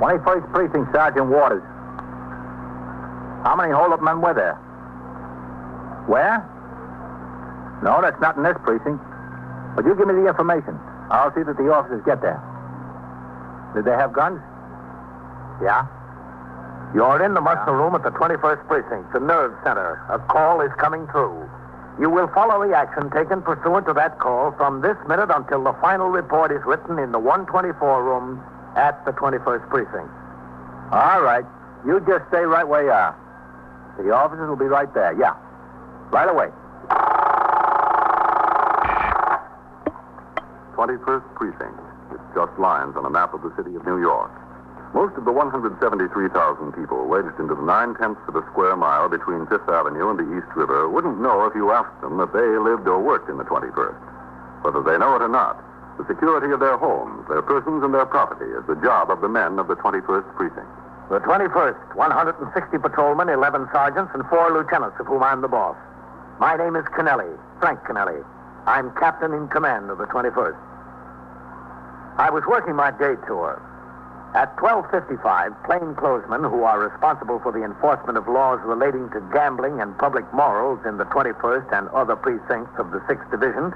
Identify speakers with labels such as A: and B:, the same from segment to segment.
A: 21st Precinct, Sergeant Waters. How many hold-up men were there? Where? No, that's not in this precinct. But you give me the information. I'll see that the officers get there. Did they have guns? Yeah.
B: You're in the muster room at the 21st Precinct, the nerve center. A call is coming through. You will follow the action taken pursuant to that call from this minute until the final report is written in the 124 room at the 21st Precinct.
A: All right. You just stay right where you are. The officers will be right there. Yeah. Right away.
C: 21st Precinct. It's just lines on a map of the city of New York. Most of the 173,000 people wedged into the nine-tenths of a square mile between Fifth Avenue and the East River wouldn't know if you asked them that they lived or worked in the 21st. Whether they know it or not, the security of their homes, their persons, and their property is the job of the men of the 21st Precinct.
B: The 21st, 160 patrolmen, 11 sergeants, and four lieutenants, of whom I'm the boss. My name is Kennelly, Frank Kennelly. I'm captain in command of the 21st. I was working my day tour. At 12.55, plainclothesmen who are responsible for the enforcement of laws relating to gambling and public morals in the 21st and other precincts of the 6th Division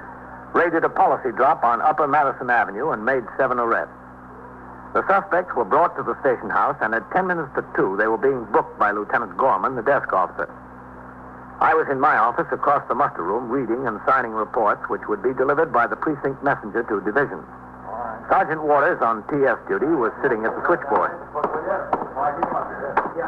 B: raided a policy drop on Upper Madison Avenue and made seven arrests. The suspects were brought to the station house, and at 10 minutes to 2, they were being booked by Lieutenant Gorman, the desk officer. I was in my office across the muster room reading and signing reports which would be delivered by the precinct messenger to division. Sergeant Waters on TS duty was sitting at the switchboard.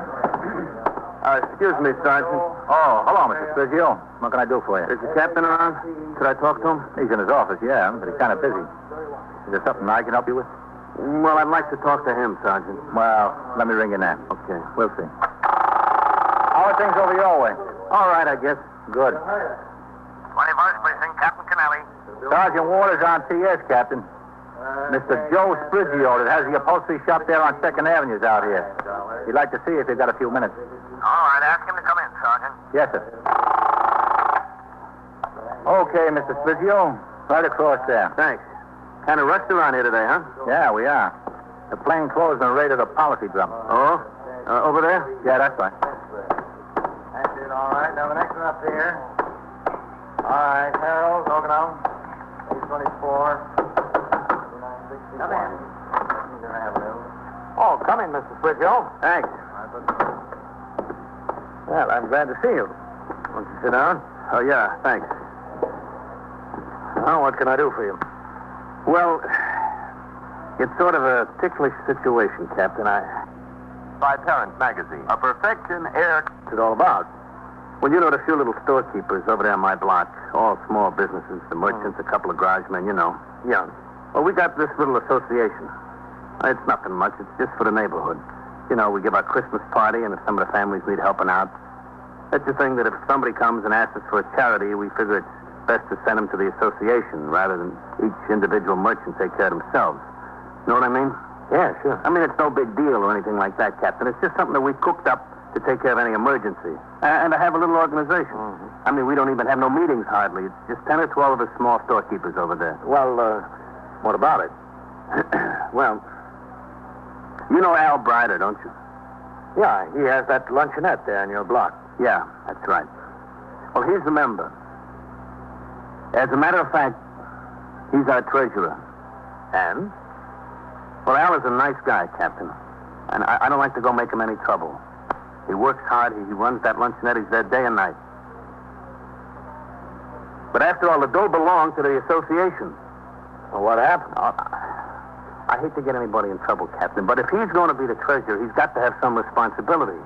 D: Uh, excuse me, Sergeant.
A: Oh, hello, Mr. Sergio. What can I do for you?
D: Is the captain around? Could I talk to him?
A: He's in his office, yeah, but he's kind of busy. Is there something I can help you with?
D: Well, I'd like to talk to him, Sergeant.
A: Well, let me ring in there.
D: Okay.
A: We'll see. How are things over your way?
D: All right, I guess.
A: Good.
B: 21st Precinct, Captain Canelli.
A: Sergeant Waters on TS, Captain. Mr. Joe Spriggio that has the upholstery shop there on Second Avenue's out here. He'd like to see you if you've got a few minutes.
B: All right, ask him to come in, Sergeant.
A: Yes, sir. Okay, Mr. Spriggio. Right across there.
D: Thanks. Kind of rushed around here today, huh?
A: Yeah, we are. The plainclothesmen raided a policy drum.
D: Oh? Uh, over there?
A: Yeah, that's right.
E: That's it, all right. Now the next one up here. All right, Harold, Okanam, 824.
B: Come in.
E: Eastern Avenue.
B: Oh, come in, Mr. Swidgill.
D: Thanks.
B: Well, I'm glad to see you.
D: Won't you sit down? Oh, yeah, thanks.
B: Now, what can I do for you?
D: Well, it's sort of a ticklish situation, Captain. I.
B: By Parent Magazine.
D: A perfection air.
B: What's it all about?
D: Well, you know, the few little storekeepers over there on my block, all small businesses, the merchants, a couple of garage men, you know.
B: Yeah.
D: Well, we got this little association. Uh, It's nothing much. It's just for the neighborhood. You know, we give our Christmas party, and if some of the families need helping out, that's the thing that if somebody comes and asks us for a charity, we figure it's best to send them to the association rather than each individual merchant take care of themselves. Know what I mean?
B: Yeah, sure.
D: I mean, it's no big deal or anything like that, Captain. It's just something that we cooked up to take care of any emergency. Uh, and to have a little organization.
B: Mm-hmm.
D: I mean, we don't even have no meetings hardly. It's just 10 or 12 of us small storekeepers over there.
B: Well, uh, what about it?
D: Well, you know Al Brider, don't you?
B: Yeah, he has that luncheonette there in your block.
D: Yeah, that's right. Well, he's the member. As a matter of fact, he's our treasurer.
B: And?
D: Well, Al is a nice guy, Captain. And I, I don't like to go make him any trouble. He works hard. He, he runs that luncheonette. He's there day and night. But after all, the dough belongs to the association.
B: Well, what happened?
D: Uh, I hate to get anybody in trouble, Captain, but if he's going to be the treasurer, he's got to have some responsibility.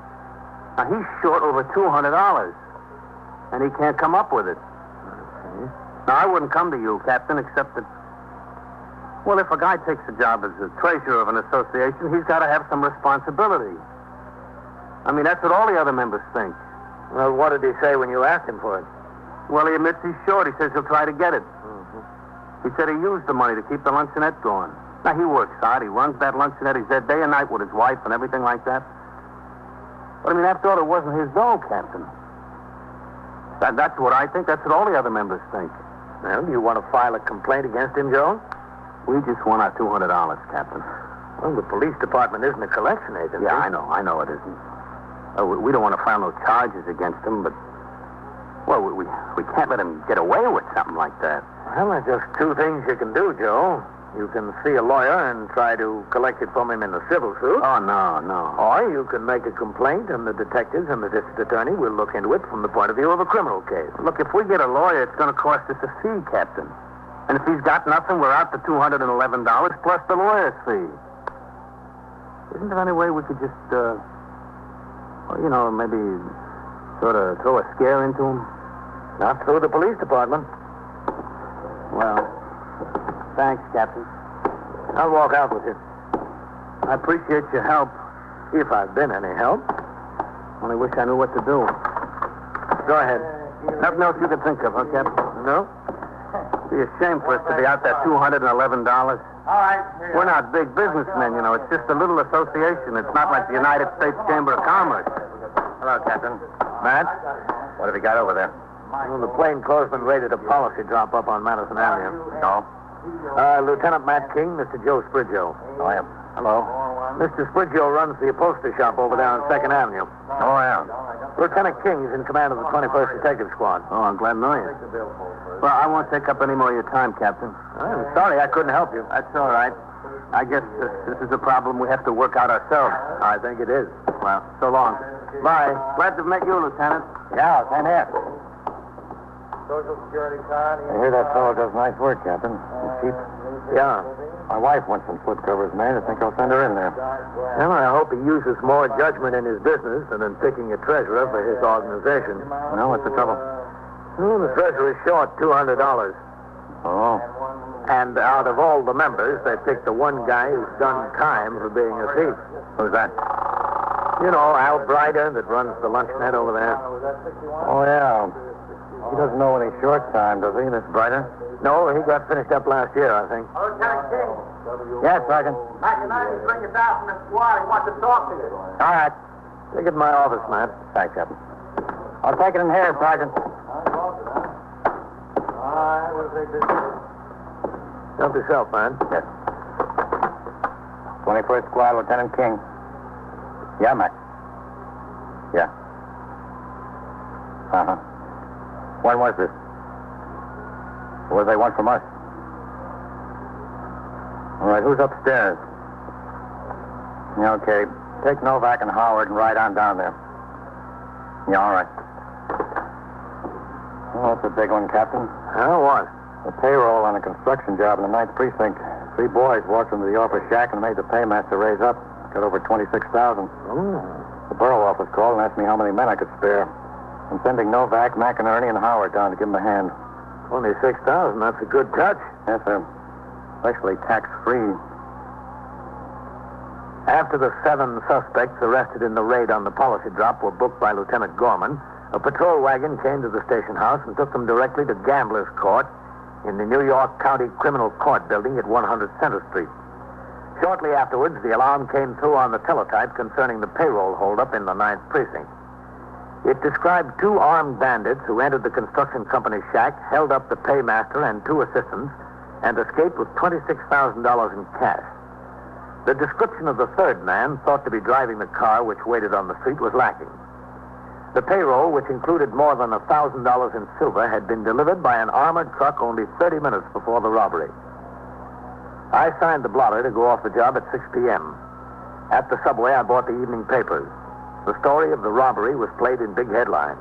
D: Now, he's short over $200, and he can't come up with it. Now, I wouldn't come to you, Captain, except that. Well, if a guy takes a job as the treasurer of an association, he's got to have some responsibility. I mean, that's what all the other members think.
B: Well, what did he say when you asked him for it?
D: Well, he admits he's short. He says he'll try to get it. He said he used the money to keep the luncheonette going. Now, he works hard. He runs that luncheonette. He's there day and night with his wife and everything like that. But, I mean, after all, it wasn't his dough, Captain. That, that's what I think. That's what all the other members think.
B: Well, do you want to file a complaint against him, Joe?
D: We just want our $200, Captain. Well, the police department isn't a collection agency.
F: Yeah, I know. I know it isn't. Uh, we, we don't want to file no charges against him, but. Well, we, we, we can't let him get away with something like that.
D: Well, there's just two things you can do, Joe. You can see a lawyer and try to collect it from him in a civil suit.
F: Oh, no, no.
D: Or you can make a complaint, and the detectives and the district attorney will look into it from the point of view of a criminal case.
F: Look, if we get a lawyer, it's going to cost us a fee, Captain. And if he's got nothing, we're out the $211 plus the lawyer's fee. Isn't there any way we could just, uh, well, you know, maybe sort of throw a scare into him?
D: Not through the police department.
F: Well, thanks, Captain.
D: I'll walk out with you.
F: I appreciate your help.
D: If I've been any help.
F: Only wish I knew what to do. Go ahead. Nothing else you can think of, huh, Captain?
D: No?
F: It'd be a shame for us to be out that $211.
E: All right. here you
F: We're
E: are.
F: not big businessmen, you know. It's just a little association. It's not like the United States Chamber of Commerce.
G: Hello, Captain.
D: Matt?
G: What have you got over there?
D: Well, the plainclothesman raided a policy drop up on Madison Avenue.
G: No?
D: Uh, Lieutenant Matt King, Mr. Joe Sprigio.
G: Oh, I am. Hello.
D: Mr. Sprigio runs the upholstery shop over there on Second Avenue.
G: Oh, I am.
D: Lieutenant King is in command of the 21st Detective Squad.
F: Oh, I'm glad to know you. Well, I won't take up any more of your time, Captain.
D: I'm sorry I couldn't help you.
F: That's all right. I guess this, this is a problem we have to work out ourselves.
D: I think it is.
F: Well, so long. Bye. Glad to have met you, Lieutenant.
G: Yeah, same here.
E: Social Security card.
G: I hear that fellow does nice work, Captain. He's cheap.
D: Yeah.
G: My wife wants some slip covers made. I think I'll send her in there.
D: Well, I hope he uses more judgment in his business than in picking a treasurer for his organization.
G: No, what's the trouble?
D: Well, the treasurer's short $200.
G: Oh,
D: And out of all the members, they picked the one guy who's done time for being a thief.
G: who's that?
D: You know, Al Brider that runs the lunch net over there.
G: Oh, yeah. He doesn't know any short time, does he, this brighter?
D: No, he got finished up last year, I think.
H: Lieutenant King,
G: Yes, Sergeant.
H: Matt United bring you down from the squad. He wants to talk to you.
G: All right.
D: Look at my office, Matt.
G: Thanks, Captain. I'll take it in here, Sergeant.
D: Help yourself, man.
G: 21st Squad, Lieutenant King. Yeah, Mac. Yeah. Uh huh. When was this? What do they want from us? All right, who's upstairs? Yeah, okay. Take Novak and Howard and ride on down there. Yeah, all right. Well, that's a big one, Captain.
D: Huh? What?
G: A payroll on a construction job in the ninth precinct. Three boys walked into the office shack and made the paymaster raise up. Got over twenty-six thousand.
D: Hmm.
G: The borough office called and asked me how many men I could spare. I'm sending Novak, McInerney, and Howard down to give them a hand.
D: 26000 That's a good touch.
G: Yes, sir. Especially tax-free.
D: After the seven suspects arrested in the raid on the policy drop were booked by Lieutenant Gorman, a patrol wagon came to the station house and took them directly to Gambler's Court in the New York County Criminal Court building at 100 Center Street. Shortly afterwards, the alarm came through on the teletype concerning the payroll holdup in the Ninth Precinct. It described two armed bandits who entered the construction company's shack, held up the paymaster and two assistants, and escaped with $26,000 in cash. The description of the third man, thought to be driving the car which waited on the street, was lacking. The payroll, which included more than $1,000 in silver, had been delivered by an armored truck only 30 minutes before the robbery. I signed the blotter to go off the job at 6 p.m. At the subway, I bought the evening papers. The story of the robbery was played in big headlines.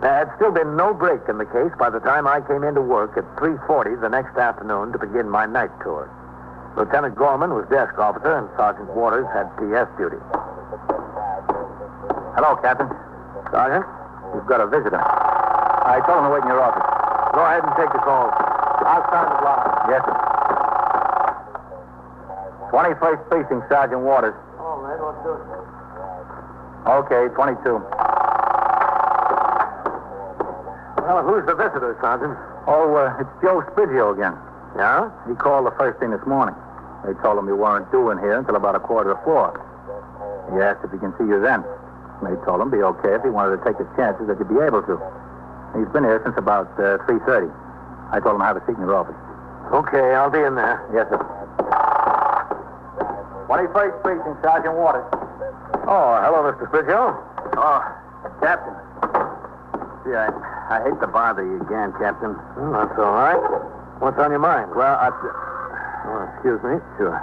D: There had still been no break in the case by the time I came into work at 3.40 the next afternoon to begin my night tour. Lieutenant Gorman was desk officer, and Sergeant Waters had PS duty.
G: Hello, Captain.
D: Sergeant,
G: We've got a visitor. I told him to wait in your office.
D: go ahead and take the call. I'll sign the block.
G: Yes, sir.
A: 21st Precinct, Sergeant Waters.
E: Oh, man, what's this?
A: Okay, 22.
D: Well, who's the visitor, Sergeant?
A: Oh, uh, it's Joe Spizio again.
D: Yeah?
A: He called the first thing this morning. They told him you weren't due in here until about a quarter to four. He asked if he can see you then. They told him be okay if he wanted to take his chances that you'd be able to. He's been here since about uh, 3.30. I told him I have a seat in your office.
D: Okay, I'll be in there.
A: Yes, sir.
E: 21st Precinct, Sergeant Waters.
D: Oh, hello, Mr. Spithill.
F: Oh, Captain. See, I, I hate to bother you again, Captain.
D: Well, that's all right. What's on your mind?
F: Well, I...
D: Oh, excuse me.
F: Sure.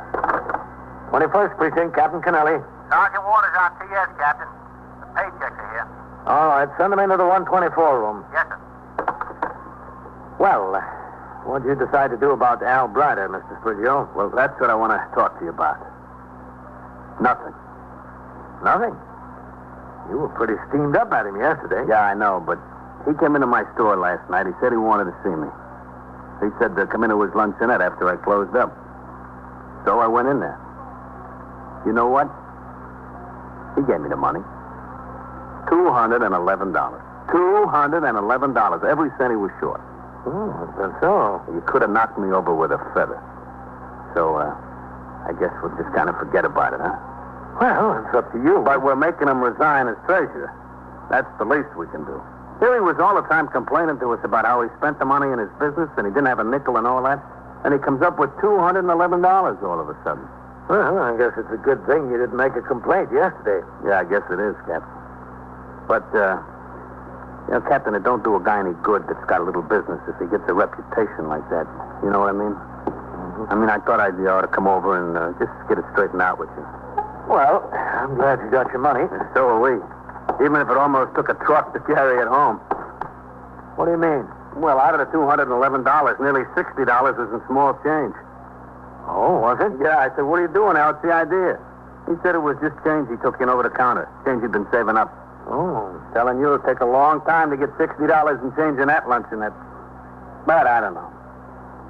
D: 21st Precinct, Captain Kennelly.
H: Sergeant Waters on TS, Captain. The paychecks are here.
D: All right, send him into the 124 room.
H: Yes, sir.
D: Well, what did you decide to do about Al Brider, Mr. Spithill?
F: Well, that's what I want to talk to you about. Nothing.
D: Nothing. You were pretty steamed up at him yesterday.
F: Yeah, I know, but he came into my store last night. He said he wanted to see me. He said to come into his luncheonette after I closed up. So I went in there. You know what? He gave me the money. Two hundred and eleven dollars. Two hundred and eleven dollars. Every cent he was short.
D: Oh, that's all.
F: You could have knocked me over with a feather. So, uh, I guess we'll just kind of forget about it, huh?
D: Well, it's up to you.
F: But we're making him resign as treasurer. That's the least we can do. Here he was all the time complaining to us about how he spent the money in his business and he didn't have a nickel and all that. And he comes up with $211 all of a sudden.
D: Well, I guess it's a good thing you didn't make a complaint yesterday.
F: Yeah, I guess it is, Captain. But, uh, you know, Captain, it don't do a guy any good that's got a little business if he gets a reputation like that. You know what I mean?
D: Mm-hmm.
F: I mean, I thought I'd you ought to come over and uh, just get it straightened out with you.
D: Well, I'm glad you got your money.
F: And so are we. Even if it almost took a truck to carry it home.
D: What do you mean?
F: Well, out of the $211, nearly $60 was in small change.
D: Oh, was it?
F: Yeah, I said, what are you doing, Al? What's the idea? He said it was just change he took in over the counter. Change he'd been saving up.
D: Oh.
F: Telling you it'll take a long time to get $60 in change in that luncheonette. But I don't know.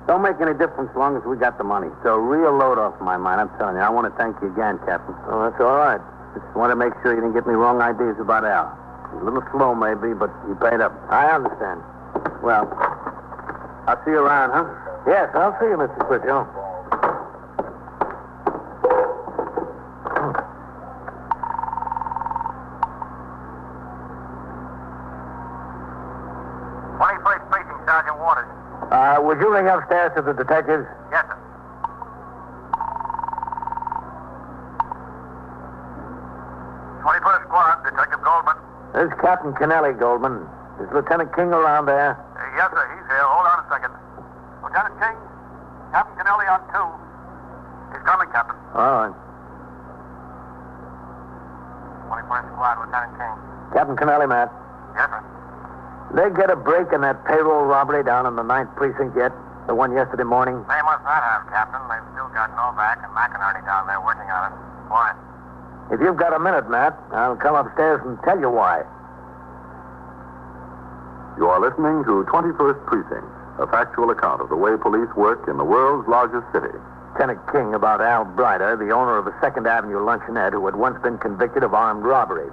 F: Don't make any difference as long as we got the money. So real load off my mind. I'm telling you, I want to thank you again, Captain.
D: Oh, that's all right.
F: Just want to make sure you didn't get any wrong ideas about Al. He's a little slow, maybe, but you paid up.
D: I understand.
F: Well, I'll see you around, huh?
D: Yes, I'll see you, Mr. Quithill.
H: Twenty-first Precinct, Sergeant Waters.
D: Uh, would you ring upstairs to the detectives?
H: Yes, sir. Twenty-first Squad, Detective Goldman.
D: There's Captain Kennelly, Goldman. Is Lieutenant King around there?
H: Uh, yes, sir, he's here. Hold on a second. Lieutenant King, Captain Kennelly on two. He's coming, Captain.
D: All right.
H: Twenty-first Squad, Lieutenant King.
D: Captain Kennelly, Matt.
H: Yes, sir.
D: They get a break in that payroll robbery down in the ninth precinct yet? The one yesterday morning?
H: They must not have, Captain. They've still got Novak and McInerney down there working on it. Why?
D: If you've got a minute, Matt, I'll come upstairs and tell you why.
I: You are listening to 21st Precinct, a factual account of the way police work in the world's largest city.
D: Lieutenant King about Al Brider, the owner of a Second Avenue luncheonette who had once been convicted of armed robbery.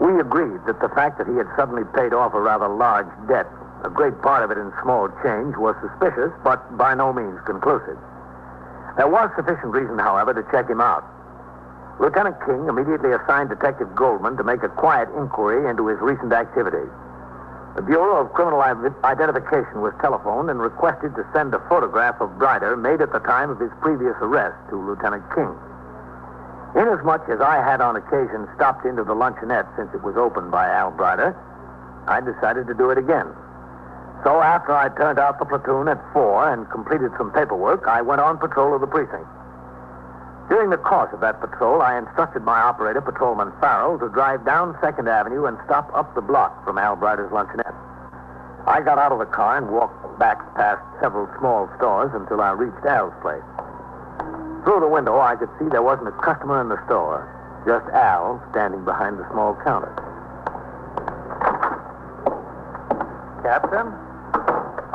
D: We agreed that the fact that he had suddenly paid off a rather large debt, a great part of it in small change, was suspicious, but by no means conclusive. There was sufficient reason, however, to check him out. Lieutenant King immediately assigned Detective Goldman to make a quiet inquiry into his recent activities. The Bureau of Criminal Identification was telephoned and requested to send a photograph of Brider made at the time of his previous arrest to Lieutenant King. Inasmuch as I had on occasion stopped into the luncheonette since it was opened by Al Brider, I decided to do it again. So after I turned out the platoon at four and completed some paperwork, I went on patrol of the precinct. During the course of that patrol, I instructed my operator, Patrolman Farrell, to drive down Second Avenue and stop up the block from Al Brider's luncheonette. I got out of the car and walked back past several small stores until I reached Al's place. Through the window, I could see there wasn't a customer in the store, just Al standing behind the small counter.
E: Captain?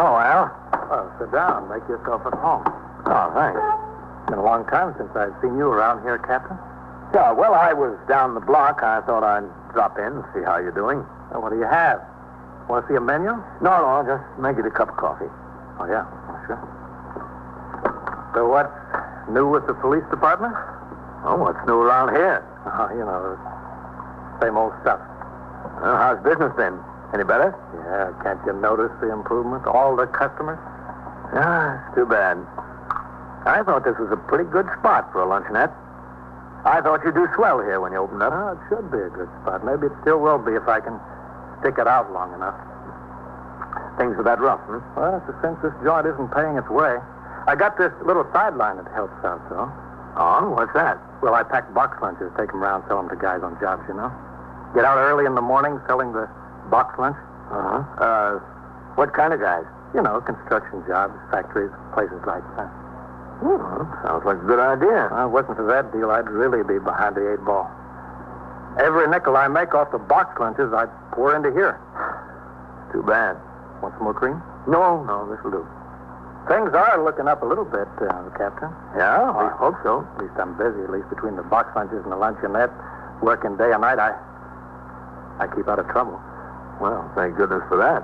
D: Oh, Al.
E: Well, sit down. Make yourself at home.
D: Oh, thanks.
E: It's been a long time since I've seen you around here, Captain.
D: Yeah, well, I was down the block. I thought I'd drop in and see how you're doing.
E: Well, what do you have? Want to see a menu?
D: No, no, just make it a cup of coffee.
E: Oh, yeah, sure. So what's New with the police department?
D: Oh, what's new around here?
E: Oh, you know, same old stuff.
D: Well, how's business been? Any better?
E: Yeah, can't you notice the improvement? All the customers?
D: Ah, it's too bad. I thought this was a pretty good spot for a luncheonette. I thought you'd do swell here when you opened up.
F: Oh, it should be a good spot. Maybe it still will be if I can stick it out long enough.
D: Things are that rough, hmm?
F: Well, it's a sense this joint isn't paying its way. I got this little sideline that helps out, though.
D: Oh, what's that?
F: Well, I pack box lunches, take 'em around, sell 'em to guys on jobs, you know. Get out early in the morning selling the box lunch.
D: Uh-huh. Uh, what kind of guys?
F: You know, construction jobs, factories, places like that.
D: Hmm, sounds like a good idea.
F: Well, if it wasn't for that deal, I'd really be behind the eight ball. Every nickel I make off the box lunches, I pour into here.
D: Too bad.
F: Want some more cream?
D: No, no, this'll do.
F: Things are looking up a little bit, uh, Captain.
D: Yeah, I hope so.
F: At least I'm busy. At least between the box lunches and the luncheonette, working day and night, I I keep out of trouble.
D: Well, thank goodness for that.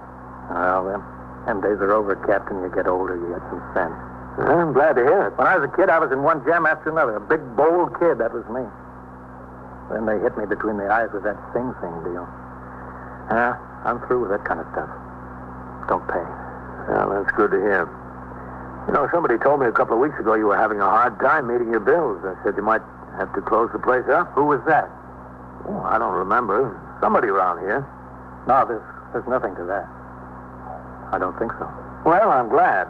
F: Well, them, them days are over, Captain. You get older, you get some sense.
D: I'm glad to hear it.
F: When I was a kid, I was in one jam after another. A big, bold kid, that was me. Then they hit me between the eyes with that Sing Sing deal. Yeah, I'm through with that kind of stuff. Don't pay.
D: Well, that's good to hear. You know, somebody told me a couple of weeks ago you were having a hard time meeting your bills. I said you might have to close the place up.
F: Who was that?
D: Oh, I don't remember. Somebody around here.
F: No, there's, there's nothing to that. I don't think so.
D: Well, I'm glad.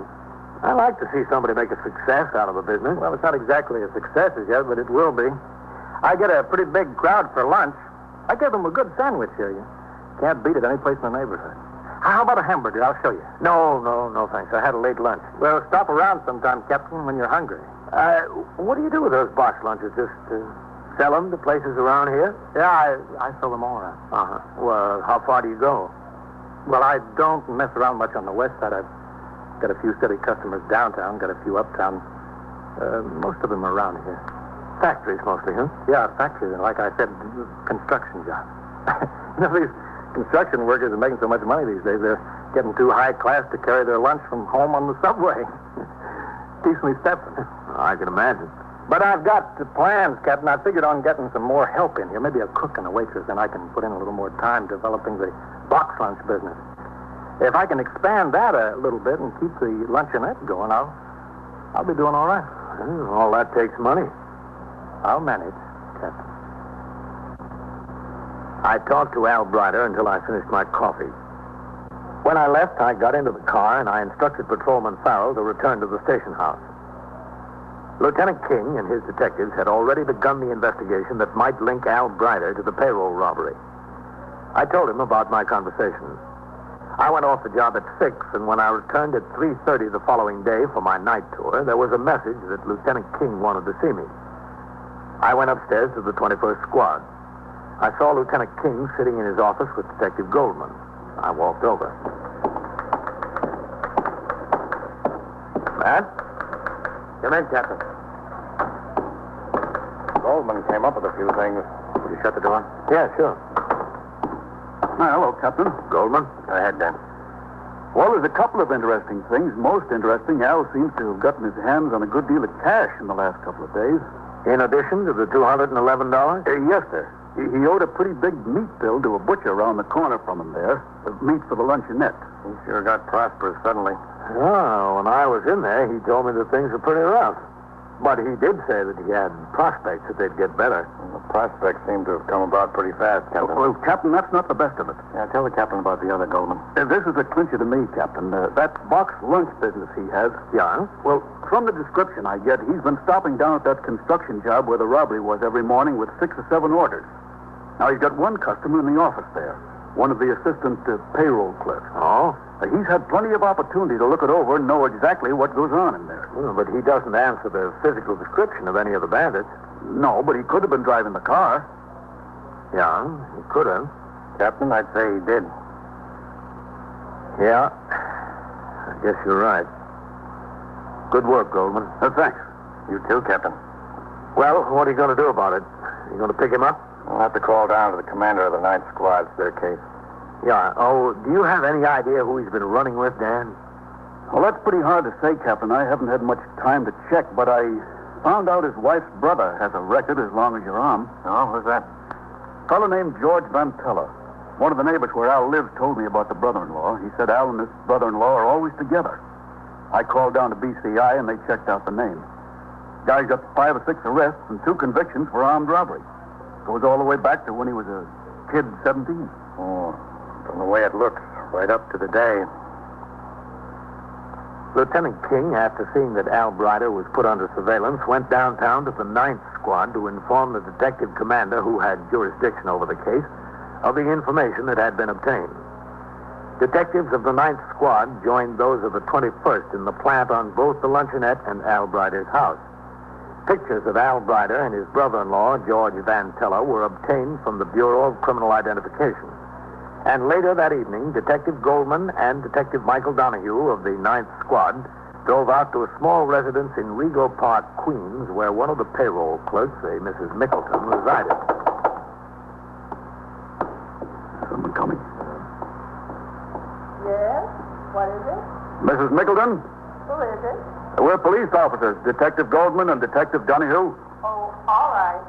D: I like to see somebody make a success out of a business.
F: Well, it's not exactly a success as yet, but it will be. I get a pretty big crowd for lunch. I give them a good sandwich here. You can't beat it any place in the neighborhood. How about a hamburger? I'll show you.
D: No, no, no, thanks. I had a late lunch.
F: Well, stop around sometime, Captain, when you're hungry.
D: Uh, what do you do with those box lunches? Just uh, sell them to places around here?
F: Yeah, I, I sell them all around.
D: Uh-huh. Well, how far do you go?
F: Well, I don't mess around much on the west side. I've Got a few steady customers downtown, got a few uptown. Uh, most of them around here.
D: Factories mostly, huh?
F: Yeah, factories. And like I said, construction jobs. you know, these construction workers are making so much money these days, they're getting too high class to carry their lunch from home on the subway. Keeps me stepping.
D: I can imagine.
F: But I've got the plans, Captain. I figured on getting some more help in here. Maybe a cook and a waitress, and I can put in a little more time developing the box lunch business if I can expand that a little bit and keep the luncheonette going, I'll I'll be doing all right.
D: Well, all that takes money.
F: I'll manage, Captain.
D: I talked to Al Brider until I finished my coffee. When I left, I got into the car and I instructed Patrolman Farrell to return to the station house. Lieutenant King and his detectives had already begun the investigation that might link Al Brider to the payroll robbery. I told him about my conversation. I went off the job at 6, and when I returned at 3.30 the following day for my night tour, there was a message that Lieutenant King wanted to see me. I went upstairs to the 21st Squad. I saw Lieutenant King sitting in his office with Detective Goldman. I walked over. Matt?
F: Come in, Captain.
G: Goldman came up with a few things. Would you shut the door?
D: Yeah, sure.
C: Well, hello, Captain.
D: Goldman?
G: Go ahead, Dan.
C: Well, there's a couple of interesting things. Most interesting, Al seems to have gotten his hands on a good deal of cash in the last couple of days.
D: In addition to the $211? Uh,
C: yes, sir. He, he owed a pretty big meat bill to a butcher around the corner from him there. The meat for the luncheonette.
G: He sure got prosperous suddenly.
D: Oh, when I was in there, he told me that things were pretty rough. But he did say that he had prospects that they'd get better.
G: Well, the prospects seem to have come about pretty fast, Captain.
C: Well, well, Captain, that's not the best of it.
G: Yeah, tell the captain about the other Goldman.
C: Uh, this is a clincher to me, Captain. Uh, that box lunch business he has.
D: Yeah?
C: Well, from the description I get, he's been stopping down at that construction job where the robbery was every morning with six or seven orders. Now, he's got one customer in the office there, one of the assistant uh, payroll clerks.
D: Oh?
C: Uh, he's had plenty of opportunity to look it over and know exactly what goes on in there.
D: Well, but he doesn't answer the physical description of any of the bandits.
C: No, but he could have been driving the car.
D: Yeah, he could have.
G: Captain, I'd say he did.
D: Yeah, I guess you're right. Good work, Goldman.
C: Uh, thanks.
G: You too, Captain.
D: Well, what are you going to do about it? You going to pick him up?
G: I'll have to call down to the commander of the ninth squad. It's their case.
D: Yeah. Oh, do you have any idea who he's been running with, Dan?
C: Well, that's pretty hard to say, Captain. I haven't had much time to check, but I found out his wife's brother has a record as long as your arm.
G: Oh, who's that?
C: A fellow named George Vantella. One of the neighbors where Al lives told me about the brother-in-law. He said Al and his brother-in-law are always together. I called down to BCI and they checked out the name. Guy's got five or six arrests and two convictions for armed robbery. Goes all the way back to when he was a kid, 17.
G: Oh, from the way it looks, right up to the day.
D: Lieutenant King, after seeing that Al Brider was put under surveillance, went downtown to the Ninth Squad to inform the detective commander who had jurisdiction over the case of the information that had been obtained. Detectives of the Ninth Squad joined those of the 21st in the plant on both the luncheonette and Al Brider's house. Pictures of Al Brider and his brother-in-law, George Van Teller, were obtained from the Bureau of Criminal Identification. And later that evening, Detective Goldman and Detective Michael Donahue of the Ninth Squad drove out to a small residence in Rego Park, Queens, where one of the payroll clerks, a Mrs. Mickleton, resided.
C: Someone coming.
J: Yes? What is it?
C: Mrs. Mickleton,
J: Who is it?
C: we're police officers, Detective Goldman and Detective Donahue.
J: Oh, all right.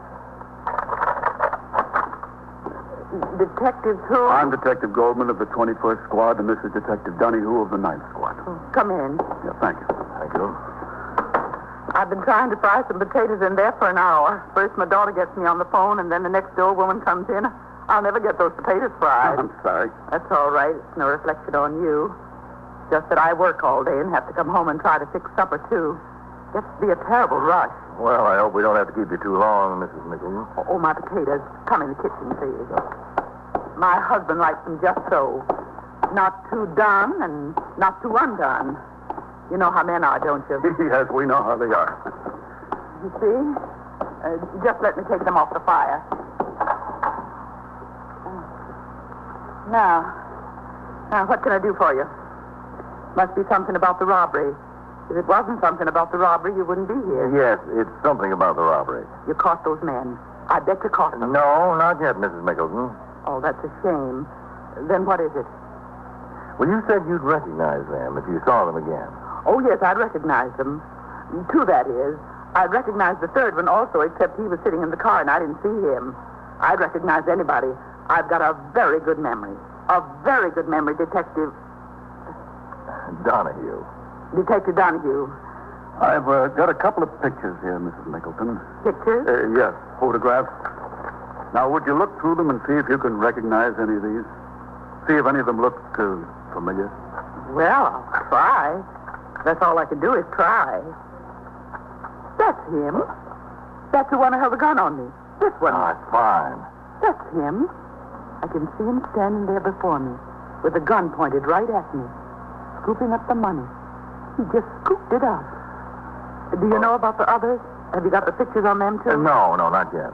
K: Detective who?
C: I'm Detective Goldman of the 21st Squad, and this is Detective Donahue of the 9th Squad.
A: Oh.
K: Come in.
C: Yeah, thank you. Thank you.
K: I've been trying to fry some potatoes in there for an hour. First, my daughter gets me on the phone, and then the next door woman comes in. I'll never get those potatoes fried.
C: I'm sorry.
K: That's all right. It's no reflection on you. Just that I work all day and have to come home and try to fix supper, too. Gets to be a terrible rush.
A: Well, I hope we don't have to keep you too long, Mrs. Mickleton.
K: Oh, my potatoes. Come in the kitchen, please. My husband likes them just so. Not too done and not too undone. You know how men are, don't you?
C: yes, we know how they are.
K: You see? Uh, just let me take them off the fire. Now, now, what can I do for you? Must be something about the robbery. If it wasn't something about the robbery, you wouldn't be here.
A: Yes, it's something about the robbery.
K: You caught those men. I bet you caught them.
A: No, not yet, Mrs. Mickleton.
K: Oh, that's a shame. Then what is it?
A: Well, you said you'd recognize them if you saw them again.
K: Oh, yes, I recognize them. Two, that is. I recognized the third one also, except he was sitting in the car and I didn't see him. I'd recognize anybody. I've got a very good memory. A very good memory, Detective.
A: Donahue.
K: Detective Donahue.
C: I've uh, got a couple of pictures here, Mrs. Mickleton.
K: Pictures?
C: Uh, yes, photographs. Now, would you look through them and see if you can recognize any of these? See if any of them look uh, familiar.
K: Well, I'll try. That's all I can do is try. That's him. That's the one who held the gun on me. This one.
A: Ah, fine.
K: That's him. I can see him standing there before me with the gun pointed right at me, scooping up the money. He just scooped it up. Do you know about the others? Have you got the pictures on them, too?
A: Uh, no, no, not yet.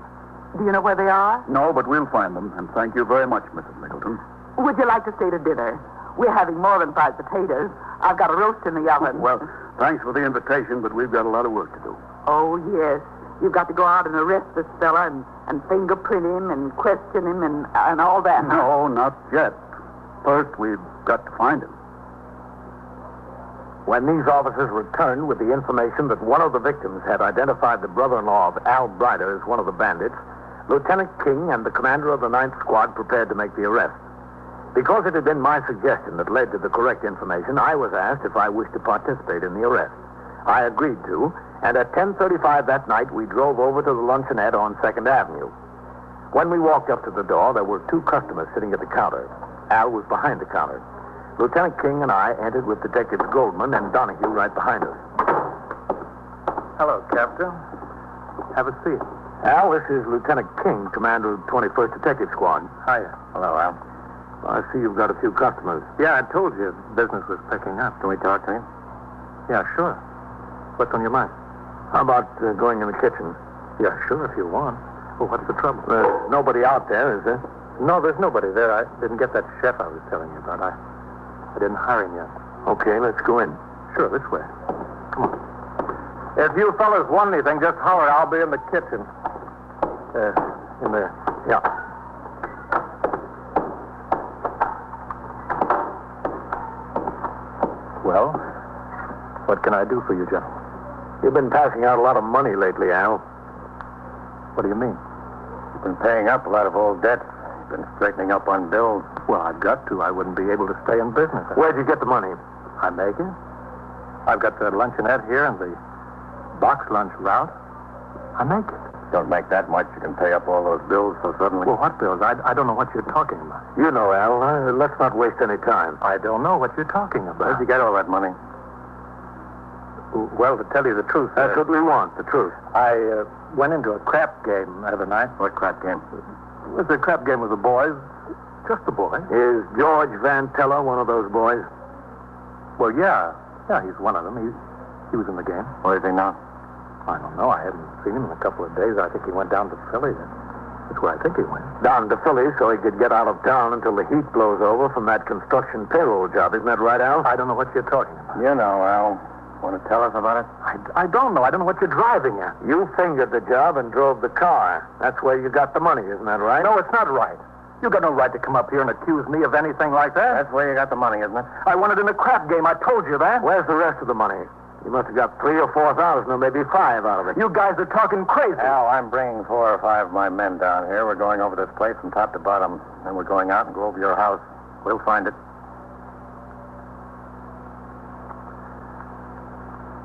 K: Do you know where they are?
C: No, but we'll find them, and thank you very much, Mrs. Mickleton.
K: Would you like to stay to dinner? We're having more than fried potatoes. I've got a roast in the oven.
C: Well, thanks for the invitation, but we've got a lot of work to do.
K: Oh, yes. You've got to go out and arrest this fella and, and fingerprint him and question him and, and all that. huh?
C: No, Oh, not yet. First, we've got to find him.
D: When these officers returned with the information that one of the victims had identified the brother-in-law of Al Brider as one of the bandits, Lieutenant King and the commander of the Ninth Squad prepared to make the arrest. Because it had been my suggestion that led to the correct information, I was asked if I wished to participate in the arrest. I agreed to, and at 10.35 that night, we drove over to the luncheonette on 2nd Avenue. When we walked up to the door, there were two customers sitting at the counter. Al was behind the counter. Lieutenant King and I entered with Detectives Goldman and Donahue right behind us.
E: Hello, Captain. Have a seat.
D: Al, this is Lieutenant King, commander of 21st Detective Squad.
E: Hiya.
D: Hello, Al. I see you've got a few customers.
E: Yeah, I told you business was picking up.
G: Can we talk to him?
E: Yeah, sure. What's on your mind?
D: How about uh, going in the kitchen?
E: Yeah, sure, if you want. Well, what's the trouble?
D: There's nobody out there, is there?
E: no, there's nobody there. I didn't get that chef I was telling you about. I, I didn't hire him yet.
D: Okay, let's go in.
E: Sure, this way.
D: If you fellas want anything, just holler. I'll be in the kitchen.
E: Uh, in there.
D: Yeah.
E: Well, what can I do for you, gentlemen?
D: You've been passing out a lot of money lately, Al.
E: What do you mean?
G: You've been paying up a lot of old debts. You've been straightening up on bills.
E: Well, I've got to. I wouldn't be able to stay in business.
D: Where'd you get the money?
E: I make it. I've got the luncheonette here and the
L: box lunch route, I make it.
G: Don't make that much. You can pay up all those bills so suddenly.
L: Well, what bills? I, I don't know what you're talking about.
D: You know, Al, uh, let's not waste any time.
L: I don't know what you're talking about.
G: Where'd you get all that money?
L: Well, to tell you the truth, uh,
D: that's what we want, the truth.
L: I uh, went into a crap game the other night.
G: What crap game?
L: It was a crap game with the boys. Just the boys.
D: Is George Vantella one of those boys?
L: Well, yeah. Yeah, he's one of them. He's, he was in the game.
G: Where is he now?
L: I don't know. I haven't seen him in a couple of days. I think he went down to Philly. That's where I think he went.
D: Down to Philly so he could get out of town until the heat blows over from that construction payroll job. Isn't that right, Al?
L: I don't know what you're talking about.
G: You know, Al. Want to tell us about it?
L: I, I don't know. I don't know what you're driving at.
D: You fingered the job and drove the car. That's where you got the money, isn't that right?
L: No, it's not right. You got no right to come up here and accuse me of anything like that.
G: That's where you got the money, isn't it?
L: I won it in a crap game. I told you that.
D: Where's the rest of the money? You must have got three or four thousand, or maybe five out of it.
L: You guys are talking crazy.
G: Al, I'm bringing four or five of my men down here. We're going over this place from top to bottom. Then we're going out and go over your house. We'll find it.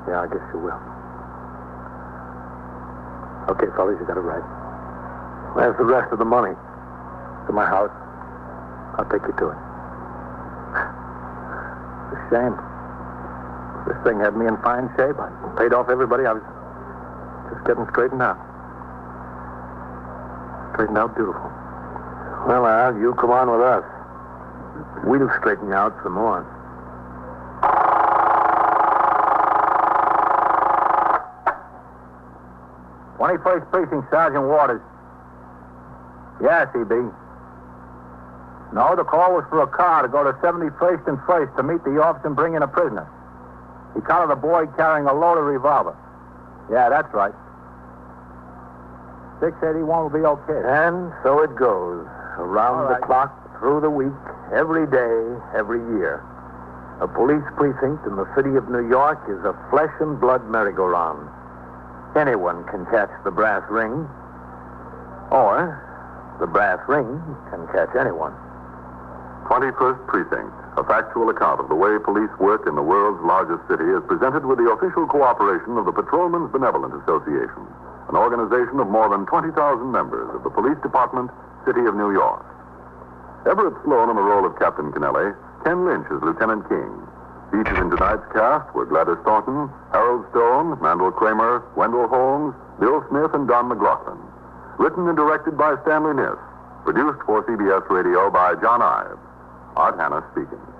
L: Yeah, I guess you will. Okay, fellas, you got it right.
D: Where's the rest of the money?
L: To my house. I'll take you to it. It's a shame. This thing had me in fine shape. I paid off everybody. I was just getting straightened out. Straightened out beautiful.
D: Well, Al, you come on with us. We'll straighten you out some more.
M: Twenty-first precinct, Sergeant Waters. Yes, EB. No, the call was for a car to go to 71st and First to meet the officer and bring in a prisoner. He counted a boy carrying a loaded revolver. Yeah, that's right. 681 will be okay.
D: And so it goes. Around right. the clock, through the week, every day, every year. A police precinct in the city of New York is a flesh and blood merry-go-round. Anyone can catch the brass ring, or the brass ring can catch anyone.
C: 21st Precinct, a factual account of the way police work in the world's largest city, is presented with the official cooperation of the Patrolmen's Benevolent Association, an organization of more than 20,000 members of the Police Department, City of New York. Everett Sloan in the role of Captain Kennelly, Ken Lynch as Lieutenant King. Featured in tonight's cast were Gladys Thornton, Harold Stone, Mandel Kramer, Wendell Holmes, Bill Smith, and Don McLaughlin. Written and directed by Stanley Niss. Produced for CBS Radio by John Ives. Art Hanna speaking.